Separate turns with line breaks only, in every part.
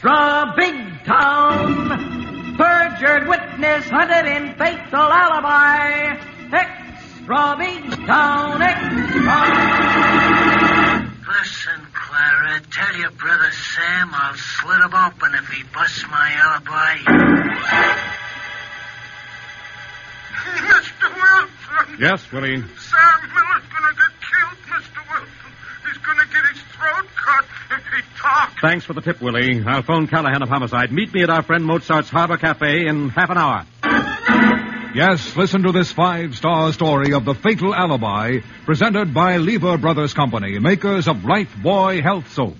from Big Town. Perjured witness hunted in faithful alibi. X from Big Town, X from...
Listen, Clara, tell your brother Sam I'll slit him open if he busts my alibi.
Mr. Wilson.
Yes, Willie.
Sam Miller's going to get killed, Mr. Wilson. He's going to get his throat cut if he talks.
Thanks for the tip, Willie. I'll phone Callahan of Homicide. Meet me at our friend Mozart's Harbor Cafe in half an hour.
Yes, listen to this five star story of the fatal alibi presented by Lever Brothers Company, makers of Life Boy Health Soap.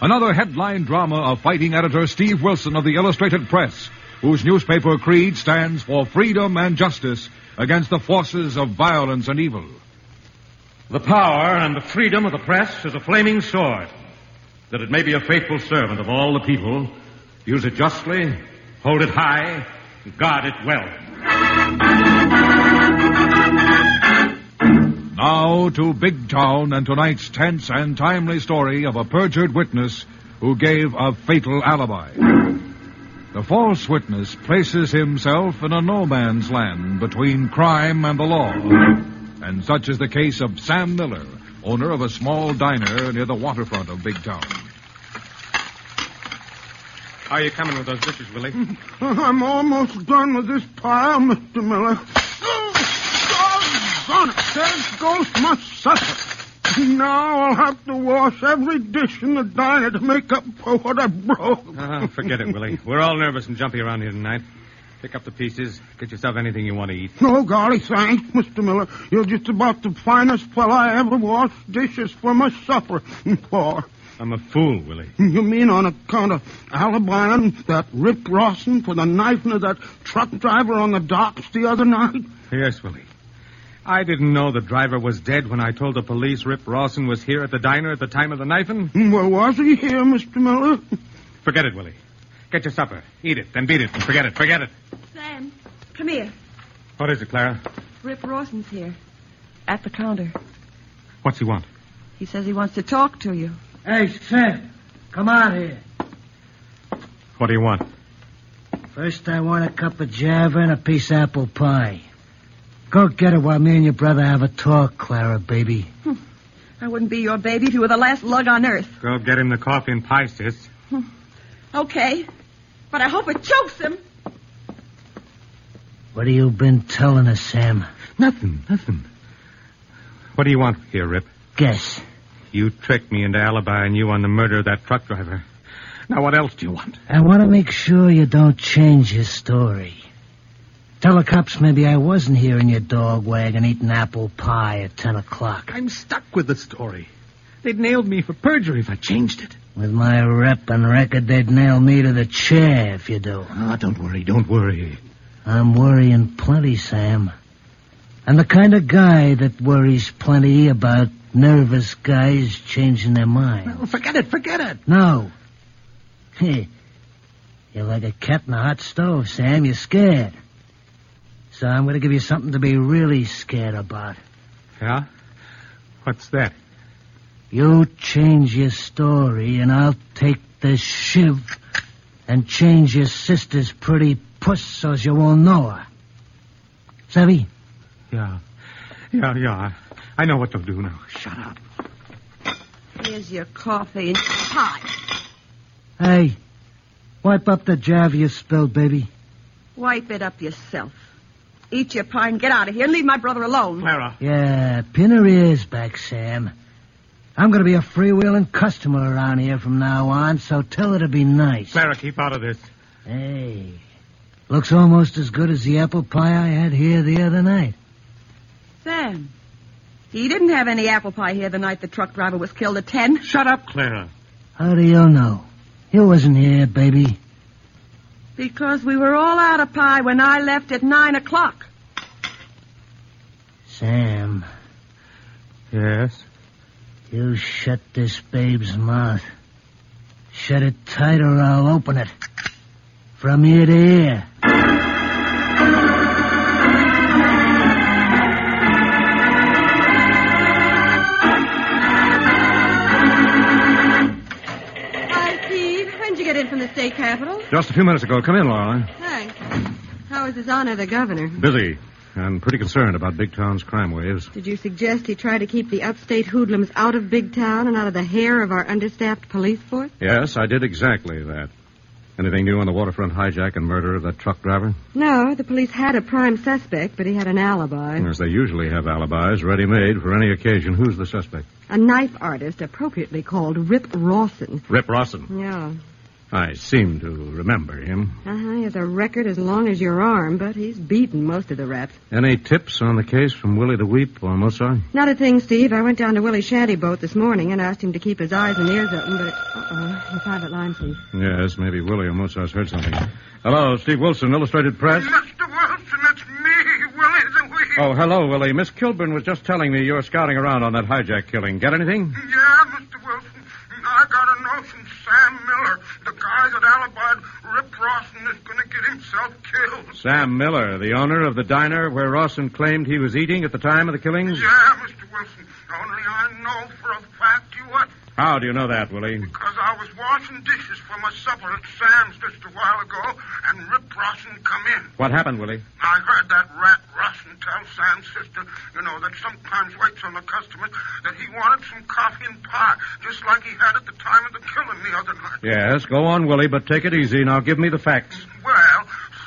Another headline drama of fighting editor Steve Wilson of the Illustrated Press whose newspaper creed stands for freedom and justice against the forces of violence and evil.
The power and the freedom of the press is a flaming sword, that it may be a faithful servant of all the people, use it justly, hold it high, guard it well.
Now to Big Town and tonight's tense and timely story of a perjured witness who gave a fatal alibi. The false witness places himself in a no man's land between crime and the law. And such is the case of Sam Miller, owner of a small diner near the waterfront of Big Town.
How are you coming with those dishes, Willie?
I'm almost done with this pile, Mr. Miller. Oh, There goes my supper. Now I'll have to wash every dish in the diner to make up for what I broke.
Oh, forget it, Willie. We're all nervous and jumpy around here tonight. Pick up the pieces. Get yourself anything you want to eat.
No, golly, thanks, Mr. Miller. You're just about the finest fellow I ever washed dishes for my supper for.
I'm a fool, Willie.
You mean on account of alibying that Rip Rawson for the knifing of that truck driver on the docks the other night?
Yes, Willie. I didn't know the driver was dead when I told the police Rip Rawson was here at the diner at the time of the knifing.
Well, was he here, Mr. Miller?
Forget it, Willie. Get your supper. Eat it, then beat it. Forget it. Forget it.
Sam, come here.
What is it, Clara?
Rip Rawson's here. At the counter.
What's he want?
He says he wants to talk to you.
Hey, Sam, come out here.
What do you want?
First, I want a cup of java and a piece of apple pie. Go get it while me and your brother have a talk, Clara, baby. Hmm.
I wouldn't be your baby if you were the last lug on earth.
Go get him the coffee and pie, sis. Hmm.
Okay. But I hope it chokes him.
What have you been telling us, Sam?
Nothing, nothing. What do you want here, Rip?
Guess.
You tricked me into alibying you on the murder of that truck driver. Now, what else do you want?
I want to make sure you don't change your story. Tell the cops maybe I wasn't here in your dog wagon eating apple pie at 10 o'clock.
I'm stuck with the story. They'd nailed me for perjury if I changed it.
With my rep and record, they'd nail me to the chair if you do.
Ah, oh, don't worry, don't worry.
I'm worrying plenty, Sam. I'm the kind of guy that worries plenty about nervous guys changing their mind.
Well, forget it, forget it.
No. Hey, you're like a cat in a hot stove, Sam. You're scared. So I'm going to give you something to be really scared about.
Yeah? What's that?
You change your story, and I'll take the shiv and change your sister's pretty puss so you won't know her. Savvy?
Yeah. Yeah, yeah. I know what to do now. Shut up.
Here's your coffee and pie.
Hey, wipe up the java you spilled, baby.
Wipe it up yourself. Eat your pie and get out of here and leave my brother alone.
Clara.
Yeah, pin her ears back, Sam. I'm going to be a freewheeling customer around here from now on, so tell her to be nice.
Clara, keep out of this.
Hey, looks almost as good as the apple pie I had here the other night.
Sam, he didn't have any apple pie here the night the truck driver was killed at 10.
Shut up, Clara.
How do you know? You wasn't here, baby.
Because we were all out of pie when I left at 9 o'clock.
Sam.
Yes?
You shut this babe's mouth. Shut it tight or I'll open it. From ear to ear.
Hi, Steve. When would you get in from the state capitol?
Just a few minutes ago. Come in, Laura.
Thanks. How is his honor the governor?
Busy. I'm pretty concerned about Big Town's crime waves.
Did you suggest he try to keep the upstate hoodlums out of Big Town and out of the hair of our understaffed police force?
Yes, I did exactly that. Anything new on the waterfront hijack and murder of that truck driver?
No, the police had a prime suspect, but he had an alibi.
As they usually have alibis ready made for any occasion. Who's the suspect?
A knife artist, appropriately called Rip Rawson.
Rip Rawson.
Yeah.
I seem to remember him.
Uh-huh. He has a record as long as your arm, but he's beaten most of the reps.
Any tips on the case from Willie the Weep or Mozart?
Not a thing, Steve. I went down to Willie's shanty boat this morning and asked him to keep his eyes and ears open, but uh-oh, the private line, Steve.
Yes, maybe Willie or Mozart's heard something. Hello, Steve Wilson, Illustrated Press.
Mr. Wilson, it's me, Willie the Weed.
Oh, hello, Willie. Miss Kilburn was just telling me you were scouting around on that hijack killing. Get anything?
Yeah, Mr. Wilson. I got a notion Sam Miller, the guy that alibied Rip Rawson, is going to get himself killed.
Sam Miller, the owner of the diner where Rawson claimed he was eating at the time of the killings?
Yeah, Mr. Wilson. Only I know for a fact you what.
How do you know that, Willie?
Because I was washing dishes for my supper at Sam's just a while ago, and Rip Rawson come in.
What happened, Willie?
I heard that rat Rawson tell Sam's sister, you know, that sometimes waits on the customers, that he wanted some coffee and pie, just like he had at the time of the killing the other night.
Yes, go on, Willie, but take it easy. Now give me the facts.
Well,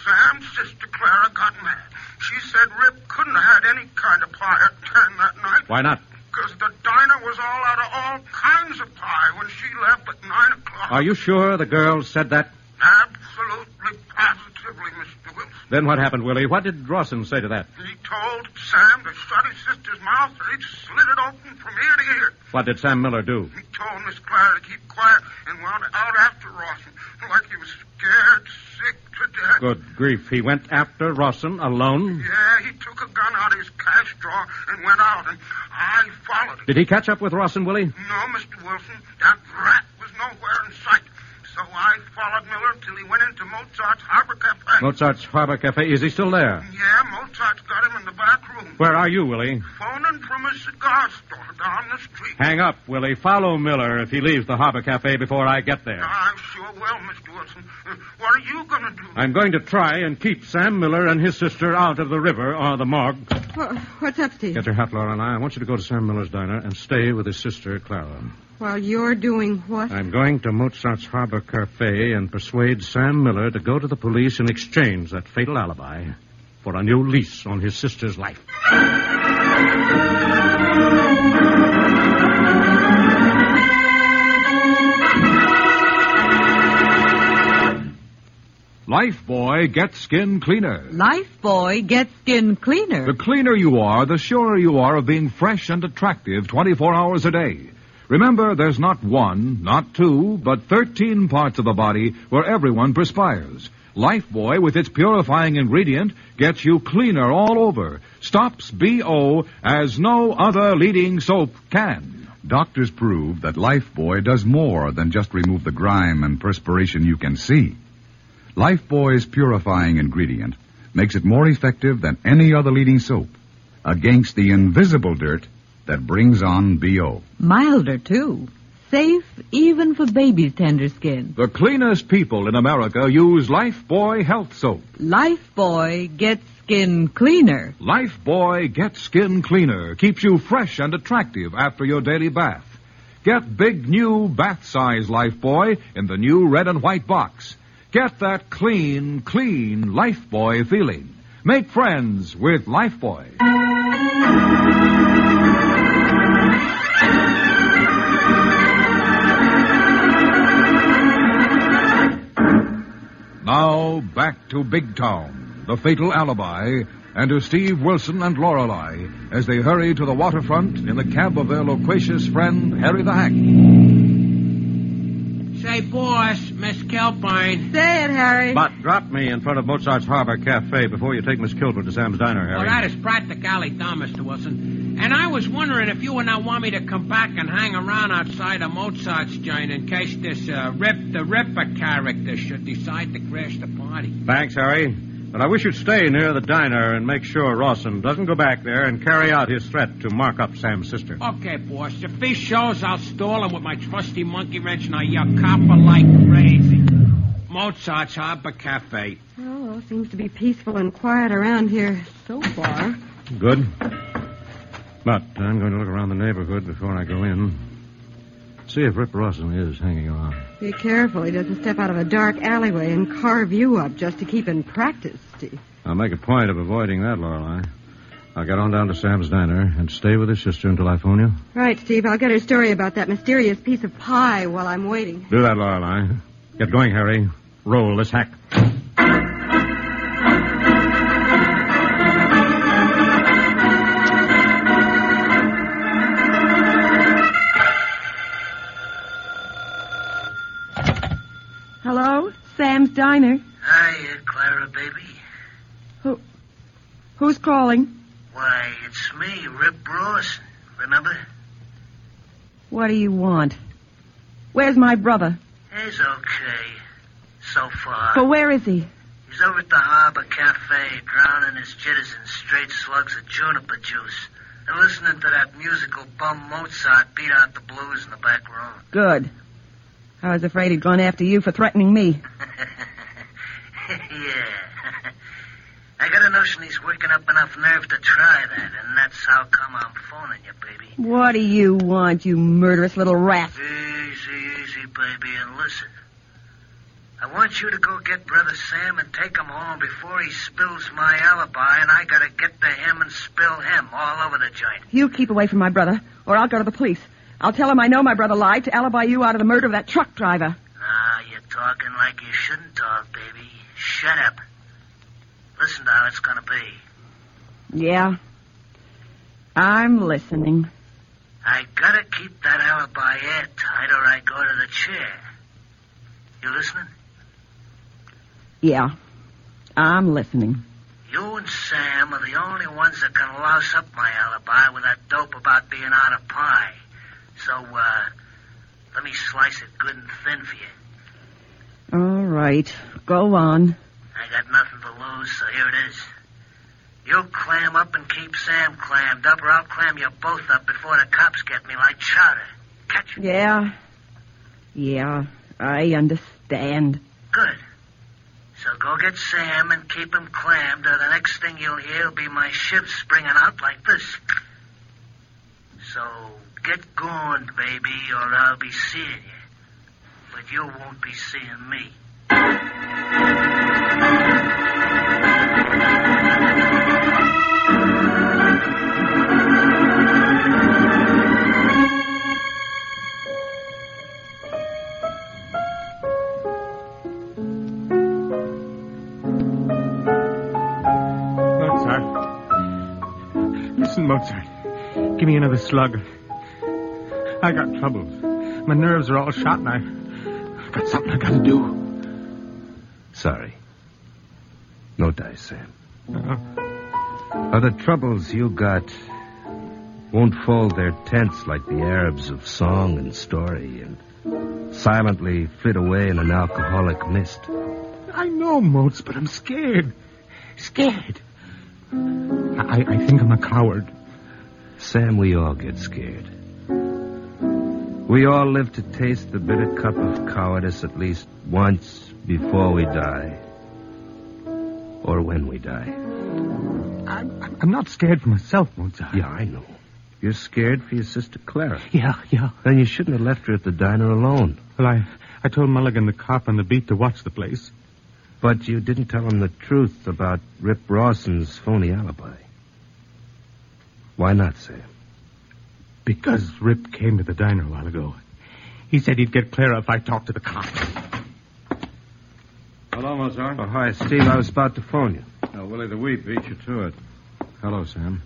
Sam's sister Clara got mad. She said Rip couldn't have had any kind of pie at ten that night.
Why not?
Because the diner was all out of all kinds of pie when she left at nine o'clock.
Are you sure the girl said that?
Absolutely, positively, Mr. Wilson.
Then what happened, Willie? What did Rawson say to that?
He told Sam to shut his sister's mouth, and he slit it open from ear to ear.
What did Sam Miller do?
He told Miss Clara to keep quiet and wound out after Rawson, like he was scared sick to death.
Good grief. He went after Rawson alone.
Yeah, he took a gun out of his cash drawer and went out, and I followed him.
Did he catch up with Rawson, Willie?
No, Mr. Wilson, that rat was nowhere in sight. So I followed Miller till he went into Mozart's Harbor Cafe.
Mozart's Harbor Cafe. Is he still there?
yeah, Mozart's got him in the back room.
Where are you, Willie?
Phoning from a cigar store down the street.
Hang up, Willie. Follow Miller if he leaves the Harbor Cafe before I get there.
I sure will, Mr. Wilson. Uh, What are you going to do?
I'm going to try and keep Sam Miller and his sister out of the river or the morgue.
Wha- What's up, Steve?
Get your hat, Laura, and I. I want you to go to Sam Miller's diner and stay with his sister, Clara.
While you're doing what?
I'm going to Mozart's Harbor Cafe and persuade Sam Miller to go to the police and exchange that fatal alibi for a new lease on his sister's life.
Lifebuoy Get Skin Cleaner.
Lifebuoy gets skin cleaner.
The cleaner you are, the surer you are of being fresh and attractive 24 hours a day. Remember, there's not one, not two, but 13 parts of the body where everyone perspires. Lifebuoy, with its purifying ingredient, gets you cleaner all over. Stops BO as no other leading soap can.
Doctors prove that Lifebuoy does more than just remove the grime and perspiration you can see. Lifebuoy's purifying ingredient makes it more effective than any other leading soap against the invisible dirt that brings on BO.
Milder, too. Safe even for baby's tender skin.
The cleanest people in America use Lifebuoy Health Soap.
Lifebuoy gets skin cleaner.
Lifebuoy Get Skin Cleaner keeps you fresh and attractive after your daily bath. Get big new bath size Lifebuoy in the new red and white box. Get that clean, clean Lifebuoy feeling. Make friends with Lifebuoy. Now back to Big Town, the fatal alibi, and to Steve Wilson and Lorelei as they hurry to the waterfront in the cab of their loquacious friend Harry the Hack.
Say, boss, Miss Kelpine.
Say it, Harry.
But drop me in front of Mozart's Harbor Cafe before you take Miss Kilburn to Sam's diner, Harry.
Well, that is practically done, Mr. Wilson. And I was wondering if you would not want me to come back and hang around outside of Mozart's joint in case this uh, Rip the Ripper character should decide to crash the party.
Thanks, Harry. But I wish you'd stay near the diner and make sure Rawson doesn't go back there and carry out his threat to mark up Sam's sister.
Okay, boss. If he shows, I'll stall him with my trusty monkey wrench and I yell copper like crazy. Mozart's Harbor Cafe.
Oh, seems to be peaceful and quiet around here so far.
Good. But I'm going to look around the neighborhood before I go in. See if Rip Rawson is hanging around.
Be careful he doesn't step out of a dark alleyway and carve you up just to keep in practice, Steve.
I'll make a point of avoiding that, Lorelei. I'll get on down to Sam's diner and stay with his sister until I phone you.
Right, Steve, I'll get her story about that mysterious piece of pie while I'm waiting.
Do that, Lorelei. Get going, Harry. Roll this hack.
Hello? Sam's Diner.
Hiya, Clara, baby.
Who's calling?
Why, it's me, Rip Rawson. Remember?
What do you want? Where's my brother?
He's okay. So far.
But where is he?
He's over at the Harbor Cafe, drowning his jitters in straight slugs of juniper juice. And listening to that musical bum Mozart beat out the blues in the back room.
Good. I was afraid he'd gone after you for threatening me.
yeah. I got a notion he's working up enough nerve to try that, and that's how come I'm phoning you, baby.
What do you want, you murderous little rat?
Easy, easy, baby, and listen. I want you to go get Brother Sam and take him home before he spills my alibi, and I gotta get to him and spill him all over the joint.
You keep away from my brother, or I'll go to the police. I'll tell him I know my brother lied to alibi you out of the murder of that truck driver.
Nah, you're talking like you shouldn't talk, baby. Shut up. Listen to how it's gonna be.
Yeah. I'm listening.
I gotta keep that alibi airtight or I go to the chair. You listening?
Yeah. I'm listening.
You and Sam are the only ones that can louse up my alibi with that dope about being out of pie. So, uh, let me slice it good and thin for you.
All right. Go on.
I got nothing to lose, so here it is. You clam up and keep Sam clammed up, or I'll clam you both up before the cops get me like chowder. Catch me.
Yeah. Yeah. I understand.
Good. So go get Sam and keep him clammed, or the next thing you'll hear will be my ship springing out like this. So get going, baby, or I'll be seeing you. But you won't be seeing me.
Mozart. Listen, Mozart. Give me another slug. I got troubles. My nerves are all shot, and I, I got something I got to do.
Sorry. No dice, Sam.
Uh,
Are the troubles you got won't fold their tents like the Arabs of song and story and silently flit away in an alcoholic mist.
I know, Moz, but I'm scared. Scared. I, I think I'm a coward.
Sam, we all get scared. We all live to taste the bitter cup of cowardice at least once before we die. Or when we die.
I'm, I'm- I'm not scared for myself, Mozart.
Yeah, I know. You're scared for your sister Clara.
Yeah, yeah.
Then you shouldn't have left her at the diner alone.
Well, I, I told Mulligan the cop on the beat to watch the place.
But you didn't tell him the truth about Rip Rawson's phony alibi. Why not, Sam?
Because Rip came to the diner a while ago. He said he'd get Clara if I talked to the cop.
Hello, Mozart.
Oh, hi, Steve. I was about to phone you.
Now, Willie the Weep beat you to it. Hello, Sam.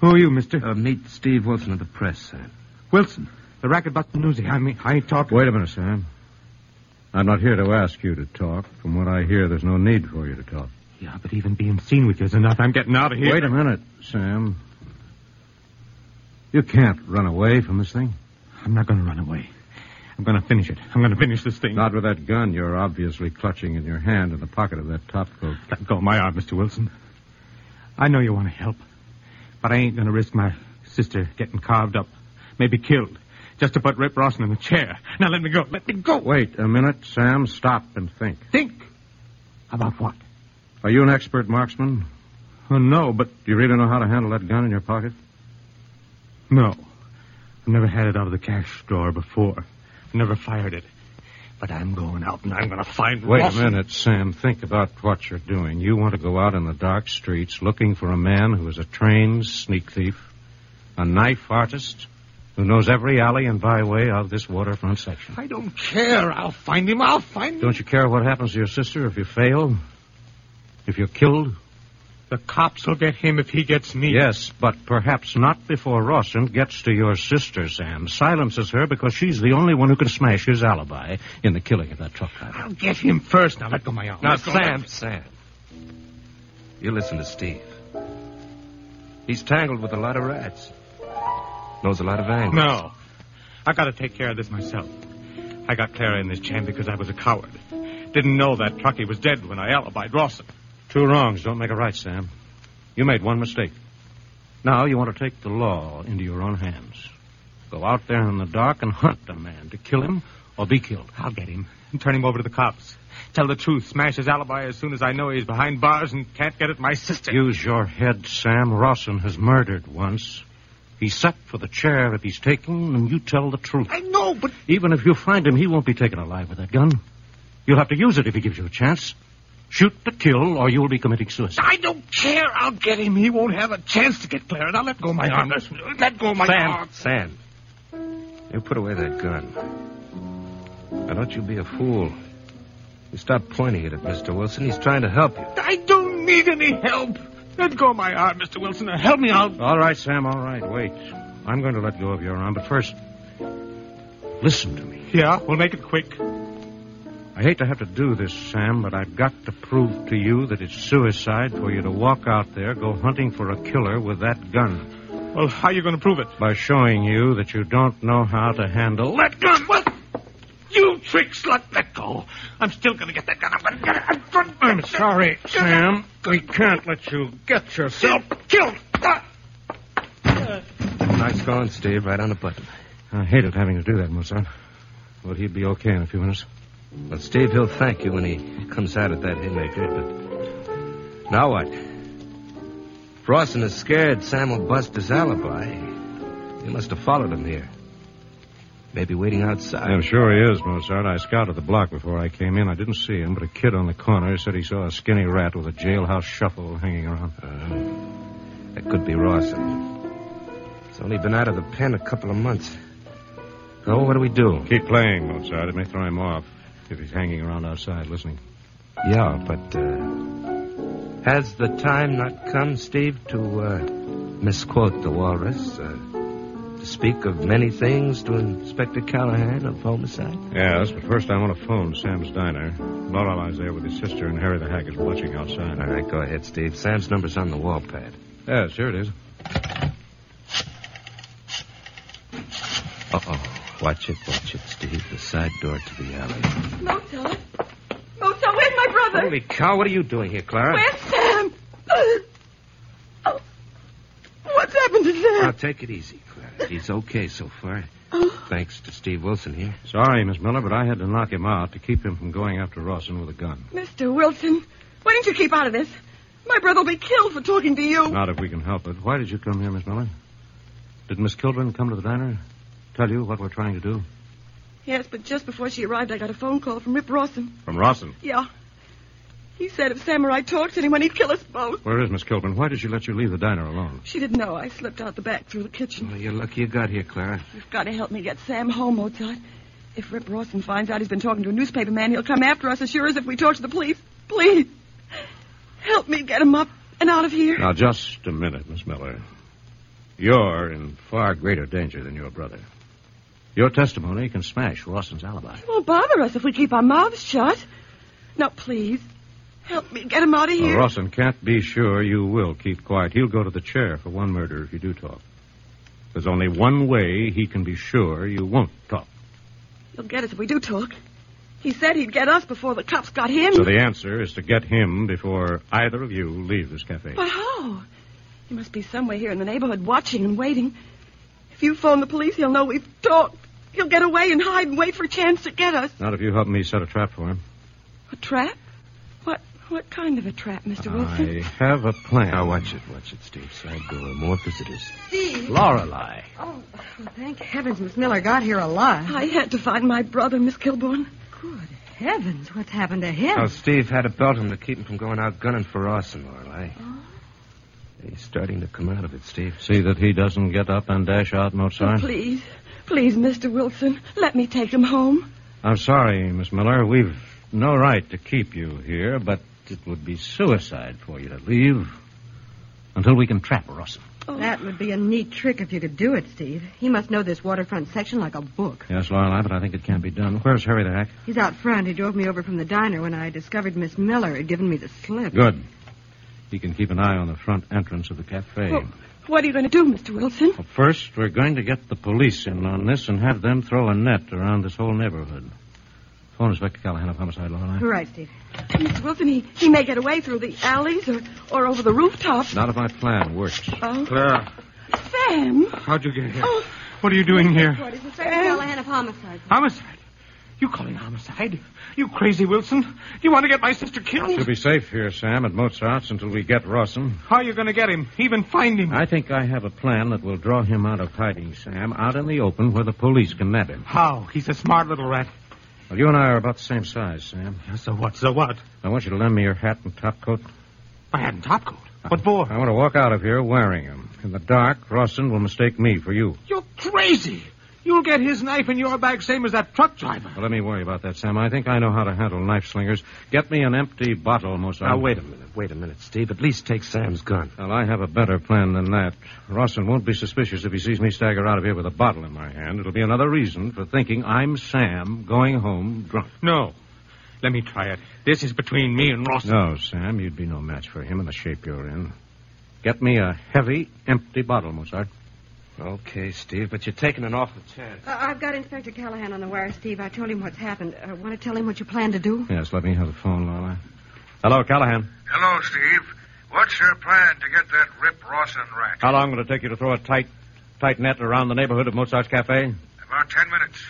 Who are you, mister?
Uh, meet Steve Wilson of the press, Sam.
Wilson. The racketbusters newsie. I mean, I ain't talking.
Wait a minute, Sam. I'm not here to ask you to talk. From what I hear, there's no need for you to talk.
Yeah, but even being seen with you is enough. I'm getting out of here.
Wait a minute, Sam. You can't run away from this thing.
I'm not going to run away. I'm going to finish it. I'm going to finish this thing.
Not with that gun you're obviously clutching in your hand in the pocket of that top coat.
Let go of my arm, Mr. Wilson. I know you want to help, but I ain't going to risk my sister getting carved up, maybe killed, just to put Rip Rawson in the chair. Now let me go. Let me go.
Wait a minute, Sam. Stop and think.
Think? About what?
Are you an expert marksman?
Oh, no, but.
Do you really know how to handle that gun in your pocket?
No. I never had it out of the cash drawer before. I never fired it. But I'm going out and I'm going to find
Wait
Rawson.
a minute, Sam. Think about what you're doing. You want to go out in the dark streets looking for a man who is a trained sneak thief, a knife artist, who knows every alley and byway of this waterfront section.
I don't care. I'll find him. I'll find him.
Don't you care what happens to your sister if you fail? If you're killed?
The cops will get him if he gets me.
Yes, but perhaps not before Rawson gets to your sister, Sam. Silences her because she's the only one who can smash his alibi in the killing of that truck driver.
I'll get him first. Now let go of my arm.
Now,
Let go.
Sam, Sam. You listen to Steve. He's tangled with a lot of rats. Knows a lot of angles.
No. I gotta take care of this myself. I got Clara in this jam because I was a coward. Didn't know that Truckee was dead when I alibied Rawson.
Two wrongs don't make a right, Sam. You made one mistake. Now you want to take the law into your own hands. Go out there in the dark and hunt a man to kill him or be killed.
I'll get him and turn him over to the cops. Tell the truth, smash his alibi as soon as I know he's behind bars and can't get at my sister.
Use your head, Sam. Rawson has murdered once. He's set for the chair if he's taken, and you tell the truth.
I know, but
Even if you find him, he won't be taken alive with that gun. You'll have to use it if he gives you a chance. Shoot to kill, or you'll be committing suicide.
I don't care. I'll get him. He won't have a chance to get Clara. Now let go of my arm. Listen, Let go of my
Sam,
arm.
Sam. You put away that gun. Now, don't you be a fool. You stop pointing it at Mr. Wilson. He's trying to help you.
I don't need any help. Let go of my arm, Mr. Wilson. Now Help me out.
All right, Sam, all right. Wait. I'm going to let go of your arm, but first, listen to me.
Yeah, we'll make it quick.
I hate to have to do this, Sam, but I've got to prove to you that it's suicide for you to walk out there, go hunting for a killer with that gun
Well, how are you going to prove it?
by showing you that you don't know how to handle
That gun! What? You trick slut, let go. I'm still going to get that gun. I'm going to get it. I'm going to burn it.
Sorry, Sam. We can't let you get yourself.
Killed. Ah!
Nice going, Steve. Right on the button.
I hated having to do that, Mozart. But he'd be okay in a few minutes.
Well, Steve, he'll thank you when he comes out of that haymaker. But now what? If Rawson is scared Sam will bust his alibi. He must have followed him here. Maybe waiting outside.
I'm sure he is, Mozart. I scouted the block before I came in. I didn't see him, but a kid on the corner said he saw a skinny rat with a jailhouse shuffle hanging around.
Uh, That could be Rawson. He's only been out of the pen a couple of months. Oh, what do we do?
Keep playing, Mozart. It may throw him off if he's hanging around outside listening.
Yeah, but uh, has the time not come, Steve, to uh, misquote the walrus? Uh, to speak of many things to Inspector Callahan of homicide?
Yes, but first I want to phone Sam's diner. Lorelai's there with his sister, and Harry the Hack is watching outside.
All right, go ahead, Steve. Sam's number's on the wall pad.
Yes, here it is.
Uh oh. Watch it, watch it, Steve. The side door to the alley.
Mozart. Mozart, where's my brother?
Holy cow, what are you doing here, Clara?
Where's Sam? Oh. What's happened to Sam?
Now, take it easy, Clara. He's okay so far.
Oh.
Thanks to Steve Wilson here.
Sorry, Miss Miller, but I had to knock him out to keep him from going after Rawson with a gun.
Mr. Wilson, why didn't you keep out of this? My brother will be killed for talking to you.
Not if we can help it. Why did you come here, Miss Miller? Did Miss Kilburn come to the diner? Tell you what we're trying to do?
Yes, but just before she arrived, I got a phone call from Rip Rawson.
From Rawson.
Yeah. He said if Samurai talked to anyone, he'd kill us both.
Where is Miss Kilburn? Why did she let you leave the diner alone?
She didn't know. I slipped out the back through the kitchen.
Well, you're lucky you got here, Clara.
Mm.
You've got to help me get Sam home, Mozart. If Rip Rawson finds out he's been talking to a newspaper man, he'll come after us as sure as if we talk to the police. Please. Help me get him up and out of here.
Now, just a minute, Miss Miller. You're in far greater danger than your brother. Your testimony can smash Rawson's alibi.
It won't bother us if we keep our mouths shut. Now, please, help me get him out of
Now,
here.
Rawson can't be sure you will keep quiet. He'll go to the chair for one murder if you do talk. There's only one way he can be sure you won't talk.
He'll get us if we do talk. He said he'd get us before the cops got him.
So the answer is to get him before either of you leave this cafe.
But how? He must be somewhere here in the neighborhood watching and waiting. If you phone the police, he'll know we've talked. He'll get away and hide and wait for a chance to get us.
Not if you help me set a trap for him.
A trap? What what kind of a trap, Mr. Wilson?
I have a plan.
Now, watch it, watch it, Steve. Side door, more visitors.
Steve.
Lorelei.
Oh, well, thank heavens Miss Miller got here alive.
I had to find my brother, Miss Kilbourne.
Good heavens, what's happened to him?
Now, Steve had a belt him to keep him from going out gunning for us and Lorelei.
Oh.
He's starting to come out of it, Steve.
See that he doesn't get up and dash out,
Oh,
Mozart.
please, please, Mr. Wilson, let me take him home.
I'm sorry, Miss Miller. We've no right to keep you here, but it would be suicide for you to leave until we can trap Russell.
That would be a neat trick if you could do it, Steve. He must know this waterfront section like a book.
Yes, Lorelei, but I think it can't be done. Where's Harry the Hack?
He's out front. He drove me over from the diner when I discovered Miss Miller had given me the slip.
Good. He can keep an eye on the front entrance of the cafe.
Well- What are you going to do, Mr. Wilson?
First, we're going to get the police in on this and have them throw a net around this whole neighborhood. Phone Inspector Callahan of Homicide, Lorelei.
All right, Steve. Mr. Wilson, he, he may get away through the alleys or, or over the rooftops.
Not if my plan works.
Oh,
Clara,
Sam! Oh,
how'd you get here? What are you doing here?
It's Inspector Callahan of Homicide.
Homicide. You calling homicide? You crazy, Wilson. You want to get my sister killed?
She'll be safe here, Sam, at Mozart's until we get Rawson.
How are you going to get him? Even find him?
I think I have a plan that will draw him out of hiding, Sam, out in the open where the police can nab him.
How? He's a smart little rat.
Well, you and I are about the same size, Sam.
So what? So what?
I want you to lend me your hat and top coat.
I had a top coat. What for?
I want to walk out of here wearing them. In the dark, Rawson will mistake me for you.
You're crazy. You'll get his knife in your bag, same as that truck driver.
Well, let me worry about that, Sam. I think I know how to handle knife slingers. Get me an empty bottle, Mozart.
Ah,
Now, wait a minute, wait a minute, Steve. At least take Sam's gun.
Well, I have a better plan than that. Rawson won't be suspicious if he sees me stagger out of here with a bottle in my hand. It'll be another reason for thinking I'm Sam going home drunk.
No. Let me try it. This is between me and Ross.
No, Sam, you'd be no match for him in the shape you're in. Get me a heavy, empty bottle, Mozart.
Okay, Steve, but you're taking an awful chance.
Uh, I've got Inspector Callahan on the wire, Steve. I told him what's happened. Uh, want to tell him what you plan to do?
Yes, let me have the phone, Lorelei. Hello, Callahan.
Hello, Steve. What's your plan to get that Rip Rawson rat?
How long will it take you to throw a tight, tight net around the neighborhood of Mozart's Cafe?
About ten minutes.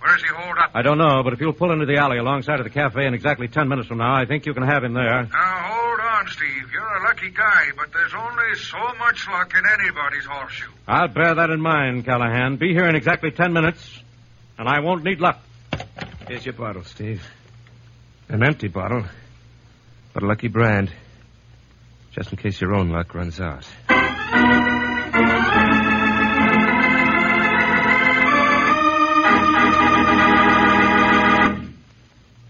Where is he holed up?
I don't know, but if you'll pull into the alley alongside of the cafe in exactly ten minutes from now, I think you can have him there.
Now, hold on, Steve. You're a lucky guy, but there's only so much luck in anybody's horseshoe.
I'll bear that in mind, Callahan. Be here in exactly ten minutes, and I won't need luck.
Here's your bottle, Steve. An empty bottle, but a lucky brand. Just in case your own luck runs out.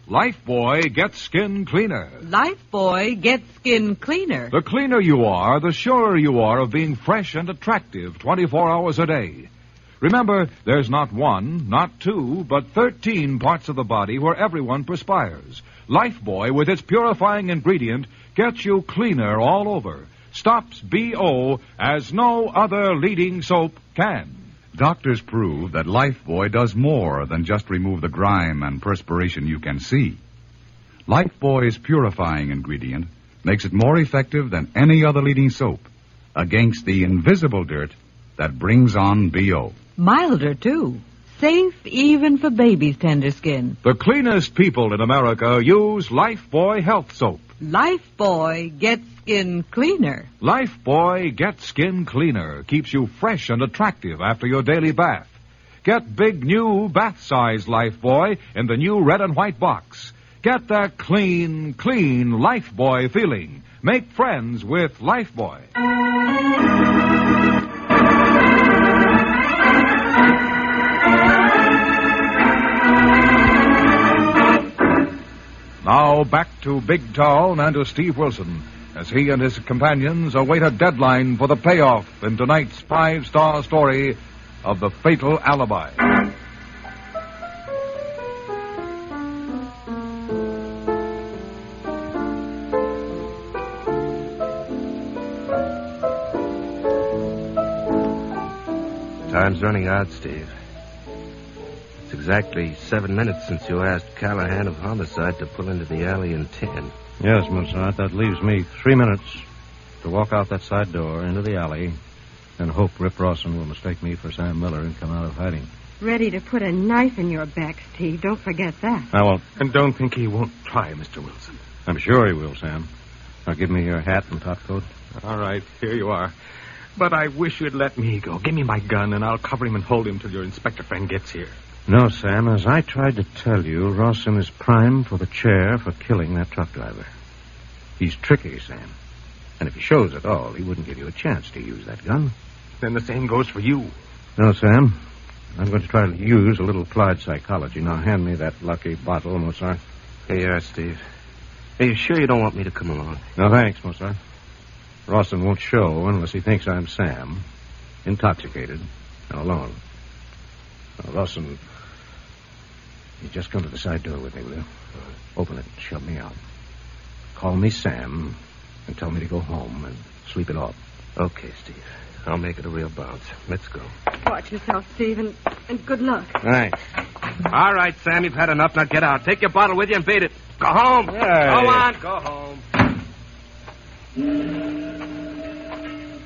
Lifebuoy gets skin cleaner.
Lifebuoy gets skin cleaner.
The cleaner you are, the surer you are of being fresh and attractive 24 hours a day. Remember, there's not one, not two, but 13 parts of the body where everyone perspires. Lifebuoy, with its purifying ingredient, gets you cleaner all over. Stops BO as no other leading soap can.
Doctors prove that Lifebuoy does more than just remove the grime and perspiration you can see. Lifebuoy's purifying ingredient makes it more effective than any other leading soap against the invisible dirt that brings on BO.
Milder, too. Safe even for baby's tender skin.
The cleanest people in America use Lifebuoy Health Soap.
Lifebuoy gets skin cleaner.
Lifebuoy Get Skin Cleaner keeps you fresh and attractive after your daily bath. Get big new bath size Lifebuoy in the new red and white box. Get that clean, clean Lifebuoy feeling. Make friends with Lifebuoy. Now back to Big Town and to Steve Wilson as he and his companions await a deadline for the payoff in tonight's five star story of the fatal alibi.
Time's running out, Steve. It's exactly seven minutes since you asked Callahan of Homicide to pull into the alley in ten.
Yes, Mozart, that leaves me three minutes to walk out that side door into the alley and hope Rip Rawson will mistake me for Sam Miller and come out of hiding.
Ready to put a knife in your back, Steve. Don't forget that.
I won't.
And don't think he won't try, Mr. Wilson.
I'm sure he will, Sam. Now give me your hat and top coat.
All right, here you are. But I wish you'd let me go. Give me my gun, and I'll cover him and hold him till your inspector friend gets here.
No, Sam. As I tried to tell you, Rawson is prime for the chair for killing that truck driver. He's tricky, Sam. And if he shows at all, he wouldn't give you a chance to use that gun.
Then the same goes for you.
No, Sam. I'm going to try to use a little applied psychology. Now hand me that lucky bottle, Mozart.
Here you are, Steve. Are you sure you don't want me to come along?
No, thanks, Mozart. Rawson won't show unless he thinks I'm Sam, intoxicated and alone. Now, Rawson, you just come to the side door with me, will you? Open it and shove me out. Call me Sam and tell me to go home and sleep it off.
Okay, Steve. I'll make it a real bounce. Let's go.
Watch yourself, Steve, and, and good luck.
Thanks. All right, Sam, you've had enough. Now get out. Take your bottle with you and beat it. Go home.
Hey.
Go on, go home.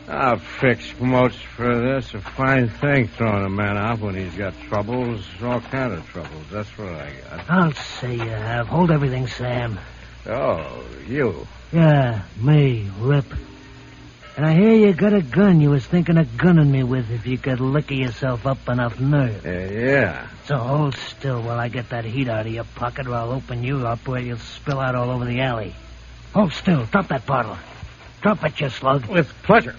Ah, fix promotes for this. A fine thing throwing a man out when he's got troubles. All kind of troubles. That's what I got.
I'll say you have. Hold everything, Sam.
Oh, you.
Yeah, me, Rip. And I hear you got a gun you was thinking of gunning me with if you could liquor yourself up enough nerve.
Uh, yeah.
So hold still while I get that heat out of your pocket or I'll open you up where you'll spill out all over the alley. Hold still. Drop that bottle. Drop it, you slug.
With pleasure.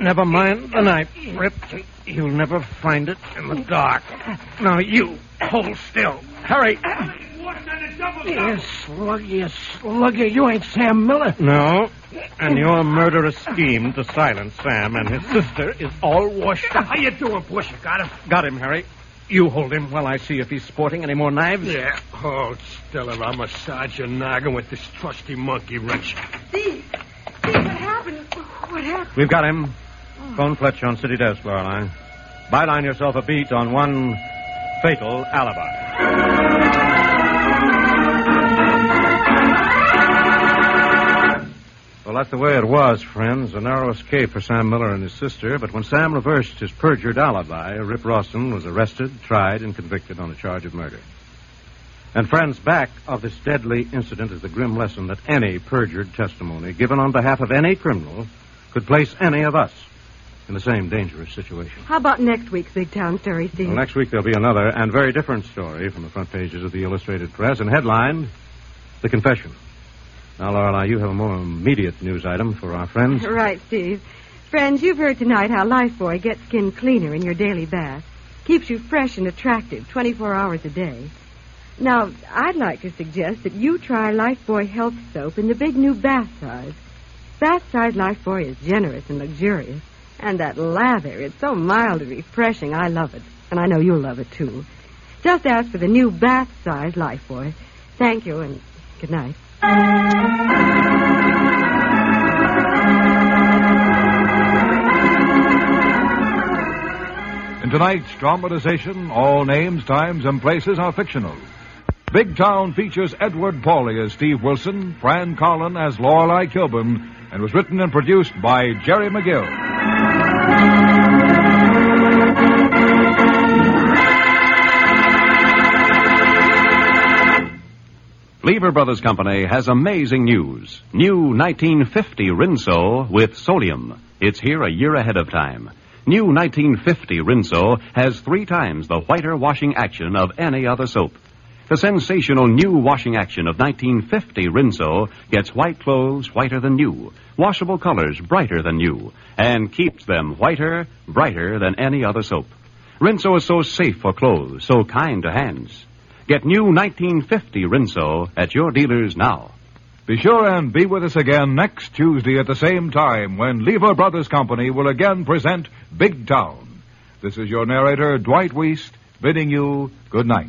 Never mind the knife, Rip. You'll never find it in the dark. Now, you, hold still. Hurry.
You slug, you slugger. You ain't Sam Miller.
No. And your murderous scheme to silence Sam and his sister is all washed up.
How you doing, Busher? Got him?
Got him, Harry. You hold him while I see if he's sporting any more knives.
Yeah. Hold still or I'll massage your noggin with this trusty monkey wrench.
Steve, Steve, what happened? What happened?
We've got him. Phone Fletch on city desk, Lorelei. Byline yourself a beat on one fatal alibi. Well, that's the way it was, friends. A narrow escape for Sam Miller and his sister, but when Sam reversed his perjured alibi, Rip Rawson was arrested, tried, and convicted on a charge of murder. And, friends, back of this deadly incident is the grim lesson that any perjured testimony given on behalf of any criminal could place any of us in the same dangerous situation.
How about next week's big town story, Steve?
Well, next week there'll be another and very different story from the front pages of the Illustrated Press and headlined The Confession. Now, Lorelei, you have a more immediate news item for our friends.
Right, Steve. Friends, you've heard tonight how Lifebuoy gets skin cleaner in your daily bath. Keeps you fresh and attractive 24 hours a day. Now, I'd like to suggest that you try Lifebuoy Health Soap in the big new bath size. Bath size Lifebuoy is generous and luxurious. And that lather, it's so mild and refreshing. I love it. And I know you'll love it, too. Just ask for the new bath size Lifebuoy. Thank you, and good night.
In tonight's dramatization, all names, times, and places are fictional. Big Town features Edward Pauley as Steve Wilson, Fran Collin as Lorelei Kilburn, and was written and produced by Jerry McGill.
Lever Brothers Company has amazing news. New 1950 Rinso with Solium. It's here a year ahead of time. New 1950 Rinso has three times the whiter washing action of any other soap. The sensational new washing action of 1950 Rinso gets white clothes whiter than new, washable colors brighter than new, and keeps them whiter, brighter than any other soap. Rinso is so safe for clothes, so kind to hands. Get new 1950 Rinso at your dealers now.
Be sure and be with us again next Tuesday at the same time when Lever Brothers Company will again present Big Town. This is your narrator, Dwight Weist, bidding you good night.